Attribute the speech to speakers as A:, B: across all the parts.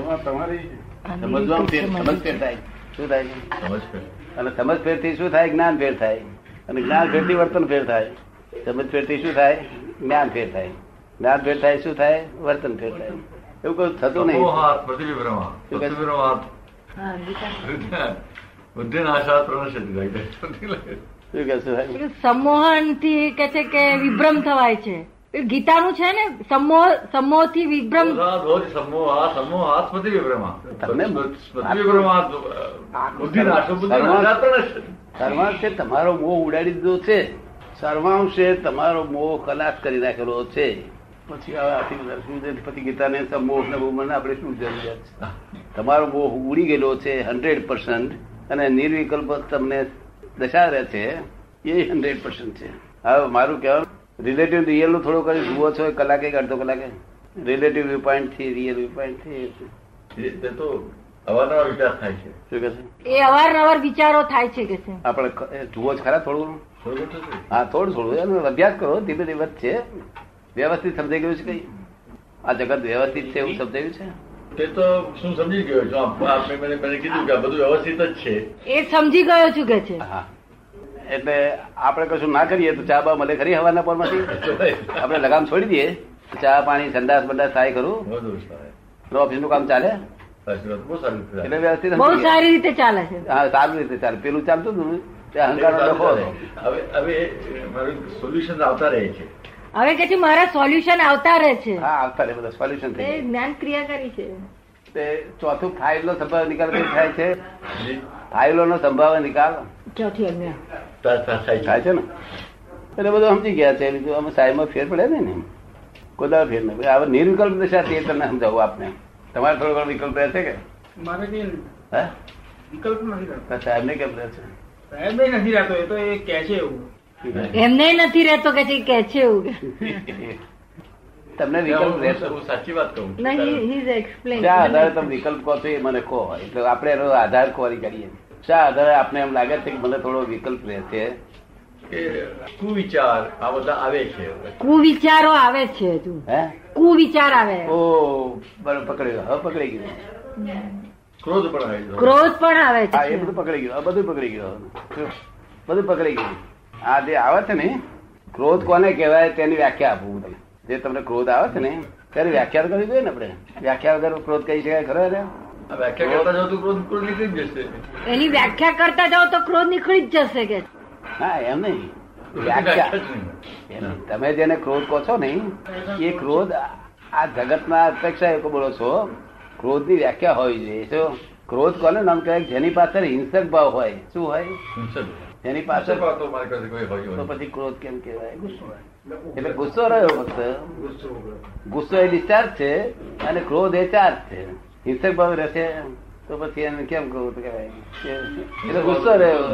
A: એમાં તમારી
B: આંધળી
A: સમજવામાં ફેર સમજફેર
B: ટૂંકી
A: થાય શું થાય છે?
C: નમસ્કાર
A: અને સમજફેરથી શું થાય જ્ઞાન ફેર થાય અને જ્ઞાન ફેરથી વર્તન ફેર થાય સમજફેરથી શું થાય જ્ઞાન ફેર થાય જ્ઞાન ફેર થાય શું થાય વર્તન ફેર થાય એવું કઈ થતું નહીં
C: તપોહાર પ્રતિવિભ્રમા
A: શું કહે છે?
C: પ્રતિવિભ્રમાત
B: હા, ગીતા.
C: વિજ્ઞાન બુદ્ધિનાશાત પ્રણશ્યતિ લાગે.
A: શું કે શું થાય?
B: સમોહન થી કે છે કે વિભ્રમ થવાય છે એ ગીતાનું છે ને સમોહ સમોહ થી વિભ્રમ
C: ક્રોધાદ્ ભવતિ સમોહાત્, સમોહાત્ સ્મૃતિવિભ્રમા.
A: તમને-
C: સ્મૃતિવિભ્રમાત્, અ, બુદ્ધિનાશો, બુદ્ધિનાશાત પ્રણશ્યતિ.
A: સર્વાંશે તમારો મોહ ઉડાડી દીધો છે સર્વાંશે તમારો મોહ ખલાસ કરી નાખેલો છે પછી હવે આથી બધા શું છે? પછી ગીતાને સમોહ ને બહુમાનને આપણે શું જરૂરિયાત છે તમારો મોહ ઉડી ગયેલો છે હંડ્રેડ અને નિર્વિકલ્પ તમને દશા રહે છે એ હંડ્રેડ છે હવે મારું કહેવાનું રિલેટિવ રિયલ નું થોડું કરી જુઓ છો એક કલાકે કે અડધો કલાકે રિલેટિવ વ્યૂ પોઈન્ટ થી રિયલ વ્યૂ પોઈન્ટ થી
C: એ તે તો અવારનવાર વિકાસ થાય છે
A: શું કહેશે
B: એ અવારનવાર વિચારો થાય છે કે છે
A: આપણે ખ- એ જુઓ છો ખરા થોડું
C: થોડું ઘણું છે.
A: હા થોડું થોડું એનો અભ્યાસ કરો ધીમે ધીમે છે વ્યવસ્થિત સમજાઈ ગયું છે કઈ આ જગત વ્યવસ્થિત છે એવું સમજાયું છે
C: તે તો શું સમજી ગયો છું આપ- આપે મને મને કીધું કે આ બધું વ્યવસ્થિત જ છે
B: એ સમજી ગયો છું કે છે
A: હા એટલે આપણે કશું ના કરીએ તો ચા બા મળે ખરી હવાના પોરમાંથી આપણે લગામ છોડી દઈએ ચા પાણી સંડાસ બંડાસ થાય ખરું
C: બધું સારું.
A: ઓફિસ નું કામ ચાલે
C: આશીર્વાદ બહુ સારું થયું.
A: એટલે વ્યવસ્થિત
B: બહુ
A: સમજી ગયા.
B: સારી રીતે ચાલે છે
A: હા સારું રીતે ચાલે પેલું ચાલતું હતું ને, તે અહંકારનો ડખો હતો.
C: હવે હવે એ મારું સોલ્યુશન આવતા રહે છે
B: હવે કે છે મારા સોલ્યુશન આવતા રહે છે
A: હા આવતા રે બધા સોલ્યુશન થઈ
B: એ જ્ઞાન ક્રિયા કરી છે
A: ગયું. તે ચોથું ફાઇલનો સંભાવ નિકાલ કઈ થાય છે
C: જી,
A: ફાઇલોનો સંભાવ નિકાલ
B: ચોથી આજ્ઞા
C: તા- તા થાય
A: થાય
C: છે
A: છે ને એટલે બધું સમજી ગયા છે બીજું અમે સાહેબમાં ફેર પડે નહીં ને કોદા ફેર નહીં હવે નિર્વિકલ્પ દશા તે તમને સમજાવું આપને તમારે થોડો ઘણો વિકલ્પ રહેશે કે
D: મારે નહીં
A: હા
D: વિકલ્પ નથી રહેતો
A: તો સાહેબને કેમ રહેશે
D: સાહેબ નથી રહેતો એ તો એ કે છે એવું
B: એમને નથી રહેતો કે છે કે છે એવું કે
A: તમને
C: હું-
A: વિકલ્પ રહેશે
C: હું સાચી વાત કહું છું.
B: નહીં હી ઇઝ એક્સપ્લેન
A: શા આધારે તમે વિકલ્પ કહો છો એ મને કહો એટલે આપણે એનો આધાર ખોરી કરીએ શા આધારે આપણે એમ લાગે છે કે મને થોડો વિકલ્પ રહેશે
C: કે કુવિચાર આ બધા આવે છે
B: કુવિચારો આવે છે હજુ
A: હે
B: કુવિચાર આવે
A: ઓ બરાબર પકડી ગયો હવે પકડી ગયું
C: ક્રોધ પણ આવી જાય.
B: ક્રોધ પણ આવે
A: હા એ
B: છે
A: બધું પકડી ગયું હવે બધું પકડી ગયું હવે. બધું પકડી ગયું આ જે આવે છે ને ક્રોધ કોને કહેવાય તેની વ્યાખ્યા આપું હું તમને જે તમને ક્રોધ આવે છે ને ત્યારે વ્યાખ્યા તો કરવી જોઈએ ને આપણે વ્યાખ્યા વગર ક્રોધ કહી શકાય ખરો ને
C: આ વ્યાખ્યા કરતા જાઓ તો ક્રોધ ક્રોધ નીકળી જ જશે
B: એની વ્યાખ્યા કરતા જાઓ તો ક્રોધ નીકળી જ જશે કે છે.
A: હા એમ નહીં
C: વ્યાખ્યા
A: વ્યાખ્યા
C: જ નહીં.
A: એમ તમે જેને ક્રોધ કહો છો ને એ ક્રોધ આ જગતના અપેક્ષા એક બોલો છો ક્રોધની વ્યાખ્યા હોવી જોઈએ શું ક્રોધ કોને નામ કહેવાય જેની પાછળ હિંસક ભાવ હોય શું હોય
C: હિંસક.
A: જેની
C: પાછળ
A: પાછળ
C: વાતો મારી પાસે કોઈ હોય
A: તો
C: હોય.
A: પછી ક્રોધ કેમ કહેવાય ગુસ્સો એટલે ગુસ્સો રહ્યો ફક્ત ગુસ્સો એ ડિસ્ચાર્જ છે અને ક્રોધ એ ચાર્જ છે હિંસક ભાવ રહેશે તો પછી એને કેમ ક્રોધ કહેવાય એટલે ગુસ્સો રહ્યો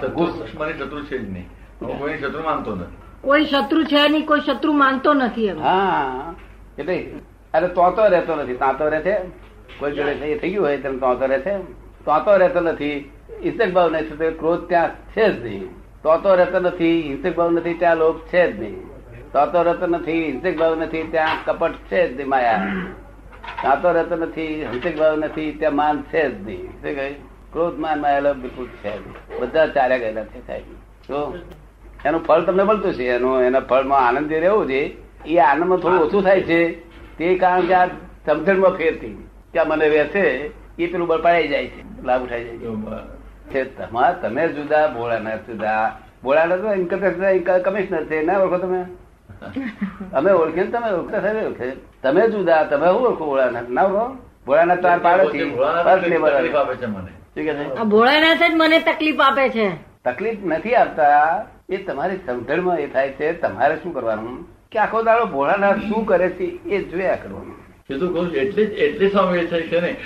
C: શત્રુ મારી શત્રુ છે જ નહીં હું કોઈને શત્રુ માનતો નથી
B: કોઈ શત્રુ છે નહીં કોઈ શત્રુ માનતો નથી એમ
A: હા એટલે અરે તોતો રહેતો નથી તાતો રહે છે કોઈ જોડે થઈ થઈ ગયું હોય તેમ તોતો રહે છે તોતો રહેતો નથી હિંસક ભાવ નથી તો ક્રોધ ત્યાં છે જ નહીં તોતો રહેતો નથી હિંસક ભાવ નથી ત્યાં લોભ છે જ નહીં તોતો રહેતો નથી હિંસક ભાવ નથી ત્યાં કપટ છે જ નહીં માયા તાતો રહેતો નથી હિંસક ભાવ નથી ત્યાં માન છે જ નહીં શું કહ્યું? ક્રોધ માન માયા લોભ બિલકુલ છે જ નહીં. બધા ચાર્યા ગયેલા છે સાહેબ તો એનું ફળ તમને મળતું છે એનું એના ફળમાં આનંદ જે રહેવો છે એ આનંદમાં થોડું ઓછું થાય છે તે કારણ કે આ સમજણમાં ફેર થઈ ત્યાં મને વેસે એ પેલું બળપાઈ જાય છે લાભ ઉઠાઈ જાય છે
C: તો મ-
A: છે તમા તમે જુદા બોળાના જુદા બોળાના તો ઇન્કમટેક્સ કમિશનર છે ના ઓળખો તમે અમે ઓળખીએ ને તમે ઓળખતા સાહેબ ઓળખે તમે જુદા તમે શું ઓળખો બોળાના ના ઓળખો બોળાના તાર પાડોશી
C: ભોળાનાથ
A: first neighbor.
C: તકલીફ આપે છે મને
A: શું કહે છે?
B: આ ભોળાનાથ જ મને તકલીફ આપે છે
A: તકલીફ નથી આપતા એ તમારી સમજણમાં એ થાય છે તમારે શું કરવાનું કે આખો દાડો ભોળાનાથ શું કરે છે એ જોયા કરવાનું
C: એ તો કહું છું, એટલે જ એટલે સ્વામી એ થાય છે ને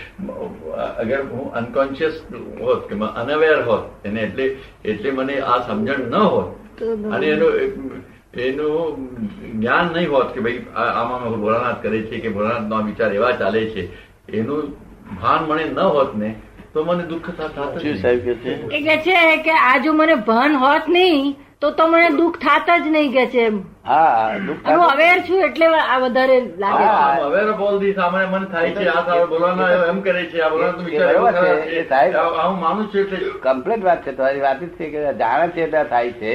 C: અગર હું અનકોન્શિયસ હોત કે અનઅવેર હોત એને એટલે એટલે મને આ સમજણ ન હોત
B: તો
C: અને એનું એનું જ્ઞાન નહીં હોત કે ભાઈ આ- આમાં ભોળાનાથ કરે છે કે ભોળાનાથ વિચાર એવા ચાલે છે એનું ભાન મને ન હોત ને તો મને દુઃખ થા- થાત જ
A: શું
C: નહીં.
A: સાહેબ કે છે
B: એ કે છે કે આ જો મને ભાન હોત નહીં તો તો મને દુઃખ થાત જ નહીં કે છે એમ.
A: હા દુઃખ
B: અને હું અવેર છું એટલે આ વધારે લાગે છે.
A: હા.
C: હવે બોલ દી સામે મને થાય છે આ સારું બોલવાનો આવ્યો એમ કરે છે આ બોલવાનો
A: એ
C: તો વિચાર એવો
A: બરાબર છે.
C: ખરાબ
A: એ
C: છે.
A: સાહેબ-
C: આ- આ હું માનું છું એટલે
A: કમ્પ્લેટ વાત છે તમારી વાત જ છે કે જાણે છે એટલે થાય છે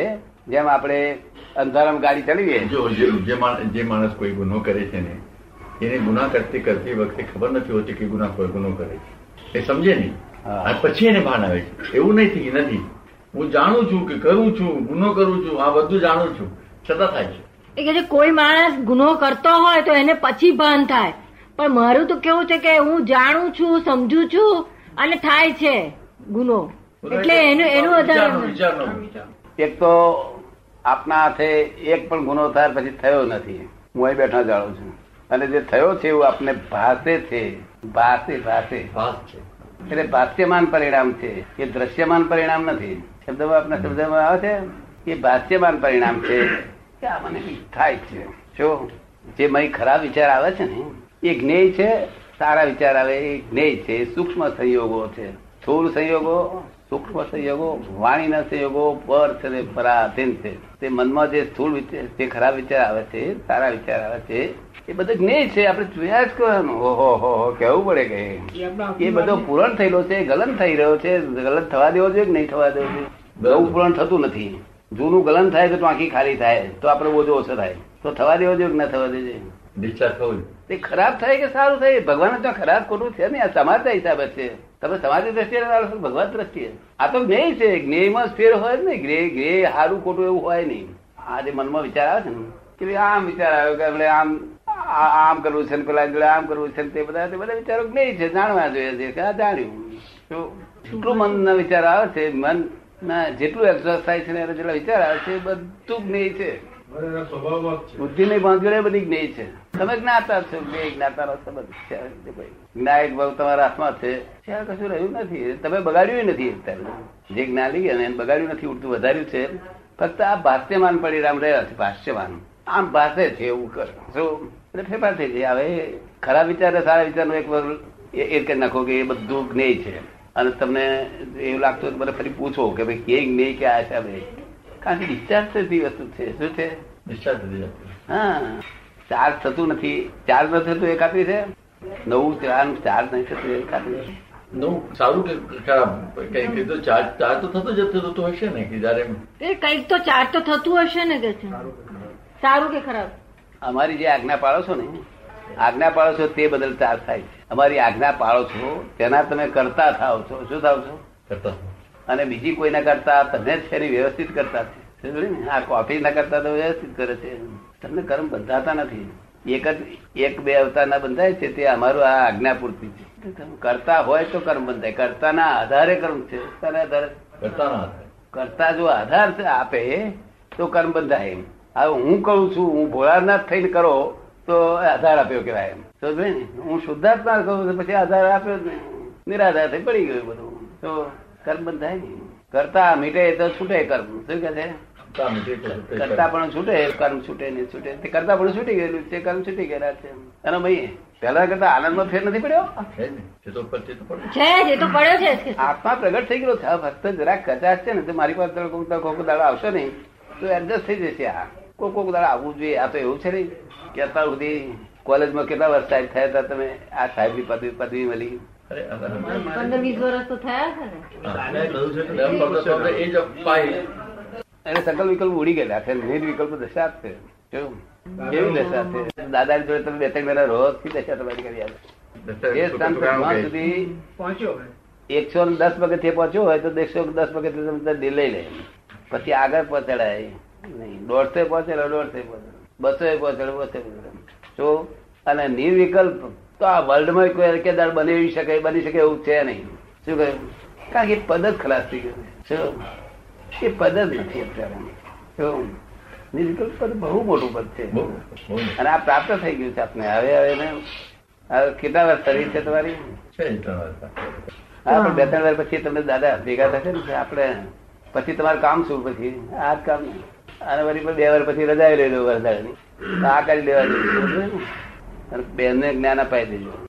A: જેમ આપણે અંધારામાં ગાડી ચલાવીએ
C: જો જે જે માણ- જે માણસ કોઈ ગુનો કરે છે ને એને ગુના કરતી કરતી વખતે ખબર નથી હોતી કે ગુના કોઈ ગુનો કરે છે એ સમજે નહીં
A: હા.
C: અને પછી એને ભાન આવે છે એવું નથી નથી હું જાણું છું કે કરું છું ગુનો કરું છું આ બધું જાણું છું છતાં થાય છે
B: એ કે છે કોઈ માણસ ગુનો કરતો હોય તો એને પછી ભાન થાય પણ મારું તો કેવું છે કે હું જાણું છું સમજુ છું અને થાય છે ગુનો એટલે એનું એનું
C: વિચારનો-
B: વધારે
C: વિચારનો.
A: એક તો આપના હાથે એક પણ ગુનો થાય પછી થયો નથી હું અહીં બેઠા જાણું છું અને જે થયો છે એવું આપને ભાષે છે ભાષે ભાષે
C: ભાસ છે
A: એટલે ભાષ્યમાન પરિણામ છે એ દ્રશ્યમાન પરિણામ નથી શબ્દમાં આપના શબ્દમાં આવે છે એ ભાષ્યમાન પરિણામ છે કે આ મને કંઈક થાય છે જો જે મય ખરાબ વિચાર આવે છે ને એ જ્ઞેય છે સારા વિચાર આવે એ જ્ઞેય છે એ સૂક્ષ્મ સંયોગો છે સ્થૂળ સંયોગો સૂક્ષ્મ સંયોગો વાણીના સંયોગો પર છે ને પરાધીન છે તે મનમાં જે સ્થૂળ વિચાર જે ખરાબ વિચાર આવે છે સારા વિચાર આવે છે એ બધું જ્ઞેય છે આપણે જોયા જ કરવાનું હો હો હો હો, કહેવું પડે કે
D: એ આપણા
A: એ બધો પૂરણ થયેલો છે ગલન થઈ રહ્યો છે ગલન થવા દેવો જોઈએ કે નહીં થવા દેવો જોઈએ નવું પૂરણ થતું નથી જૂનું ગલન થાય તો આંખી ખાલી થાય તો આપણે બોજો ઓછો થાય તો થવા દેવો જોઈએ કે ના થવા દેવો જોઈએ?
C: discharge થવું જોઈએ.
A: તે ખરાબ થાય કે સારું થાય ભગવાન તો ખરાબ ખોટું છે ને આ સમાજના હિસાબે છે તમે સમાજની દ્રષ્ટિએ લાવો છો કે ભગવાન દ્રષ્ટિએ આ તો જ્ઞેય છે જ્ઞેયમાં જ ફેર હોય જ ને ગ્રે ગ્રે સારું ખોટું એવું હોય નહીં આ જે મનમાં વિચાર આવે છે ને કે ભઈ આમ વિચાર આવ્યો કે આપણે આમ આ- આમ કરવું છે ને પેલા જોડે આમ કરવું છે ને તે બધા તે બધા વિચારો જ્ઞેય છે જાણવા જોઈએ છે કે આ જાણ્યું તો એટલું મનના વિચાર આવે છે મન ના જેટલું એક્ઝોસ્ટ થાય છે ને એના જેટલા વિચાર આવે છે એ બધું જ્ઞેય છે બુદ્ધિ ને બાંધડે બધી જ્ઞેય છે તમે જ્ઞાતા છો જ્ઞેય જ્ઞાતાનો સંબંધ છે આ રીતે ભાઈ. જ્ઞાયક ભાવ તમારા હાથમાં છે ત્યાં કશું રહ્યું નથી તમે બગાડ્યું નથી અત્યારે જે જ્ઞાની ગયા ને એને બગાડ્યું નથી ઉડતું વધાર્યું છે ફક્ત આ ભાષ્યમાન પરિણામ રહ્યા છે ભાષ્યમાન આમ ભાષે છે એવું કરો શું? એટલે ફેરફાર થઈ જાય હવે ખરાબ વિચાર ને સારા વિચારનો એક વર્ગ એ એ કરી નાખો કે એ બધું જ્ઞેય છે અને તમને એવું લાગતું હોય તો મને ફરી પૂછો કે ભાઈ કે જ્ઞેય કે આ છે આ બે? કારણ કે discharge થતી વસ્તુ છે શું છે
C: discharge થઈ જાય.
A: હા ચાર્જ થતું નથી ચાર્જ નથી થતું એ ખાતરી છે નવું ચાર્જ ચાર્જ નહીં થતું એ ખાતરી છે
C: નવું સારું કે ખરાબ કંઈ કીધું ચાર્જ ચાર્જ તો થતો જતો થતો હશે ને કે જયારે
B: એ કંઈક તો ચાર તો થતું હશે ને કે છે સારું કે ખરાબ
A: અમારી જે આજ્ઞા પાળો છો ને આજ્ઞા પાળો છો તે બદલ ચાર્જ થાય છે અમારી આજ્ઞા પાળો છો તેના તમે કરતા થાવ છો શું થાવ છો
C: કરતા હોય.
A: અને બીજી કોઈના કરતા તમે જ ફેરી વ્યવસ્થિત કરતા છે સમજ્યું ને? આ કોફી ના કરતા તો વ્યવસ્થિત કરે છે તમને કર્મ બંધાતા નથી એક જ એક બે અવતારના બંધાય છે તે અમારું આ આજ્ઞા પૂરતી છે તમે કરતા હોય તો કર્મ બંધાય કરતાના આધારે કર્મ છે કરતાના આધારે
C: કરતા ના હતા.
A: કરતા જો આધાર આપે તો કર્મ બંધાય એમ હવે હું કહું છું હું ભોળાનાથ થઈને કરો તો આધાર આપ્યો કહેવાય એમ તો જોઈ ને હું શુદ્ધાત્મા કહું છું પછી આધાર આપ્યો જ નહીં નિરાધાર થઈ પડી ગયું બધું તો કર્મ બંધાય નહીં કરતા મીટે તો છૂટે કર્મ શું કહે છે
C: કરતા નથી, કરતા નથી.
A: કરતા પણ છૂટે કર્મ છૂટે ને છૂટે તે કરતા પણ છૂટી ગયેલું છે કર્મ છૂટી ગયેલા છે અને ભાઈ પહેલા કરતા આનંદમાં ફેર નથી પડ્યો
C: છે ને? એ તો પરથી તો પડે.
B: છે જ એ તો પડ્યો છે જ કે છે.
A: આત્મા પ્રગટ થઈ ગયો છે આ ફક્ત જરા કચાશ છે ને તો મારી પાસે તમે કોક દાડો- કોક દાડો આવશો નહીં તો એડજસ્ટ થઈ જશે આ કોક કોક દાડો આવવું જોઈએ આ તો એવું છે નહીં કે અત્યાર સુધી કોલેજમાં કેટલા વર્ષ સાહેબ થયા હતા તમે આ સાહેબની પદવી પદવી મળી
C: અરે, અરે, અરે.
B: પંદર વીસ વર્ષ તો થયા છે ને
C: હા. એમ કરતા કરતા એ જ પાય.
A: અને સકલ વિકલ્પ ઉડી ગયેલા છે નિર્વિકલ્પ દશા આપશે જો, કેવી દશા છે દાદાની જોડે તમે બે ત્રણ મહિના રહો કેવી દશા તમારી કરી આવે એ સ્થાન પર જ્યાં સુધી
D: પહોંચ્યો હવે.
A: એકસો ને દસ પગથિયે પહોંચ્યો હોય તો એકસો દસ પગથિયે તમે ત્યાં દિલ્હી લે પછી આગળ પહોંચાડાય નહીં દોઢસો પહોંચેલો દોઢસો પહોંચેલો બસો પહોંચેલો બસો તો અને નિર્વિકલ્પ તો આ વર્લ્ડમાં કોઈ અકેદાર બની શકે બની શકે એવું છે નહીં શું કહ્યું કારણ કે એ પદ જ ખલાસ થઈ ગયું છે. શું એ પદ જ નથી અત્યારે શું નિર્વિકલ્પ પદ બહુ મોટું પદ છે
C: બહુ, બહુ ને.
A: અને આ પ્રાપ્ત થઈ ગયું છે આપને હવે હવે એને- હવે કેટલા વર્ષ સર્વિસ છે તમારી
C: છે જ તમારા પાસે.
A: હા પણ બે ત્રણ વાર પછી તમને દાદા ભેગા થશે ને આપણે પછી તમારું કામ શું પછી આ જ કામ ને. અને વળી પણ બે વાર પછી રજા લઈ લો વરસાદની તો આ કરી લેવા દેજો બરાબર ને? અને બેનને જ્ઞાન અપાઈ દેજો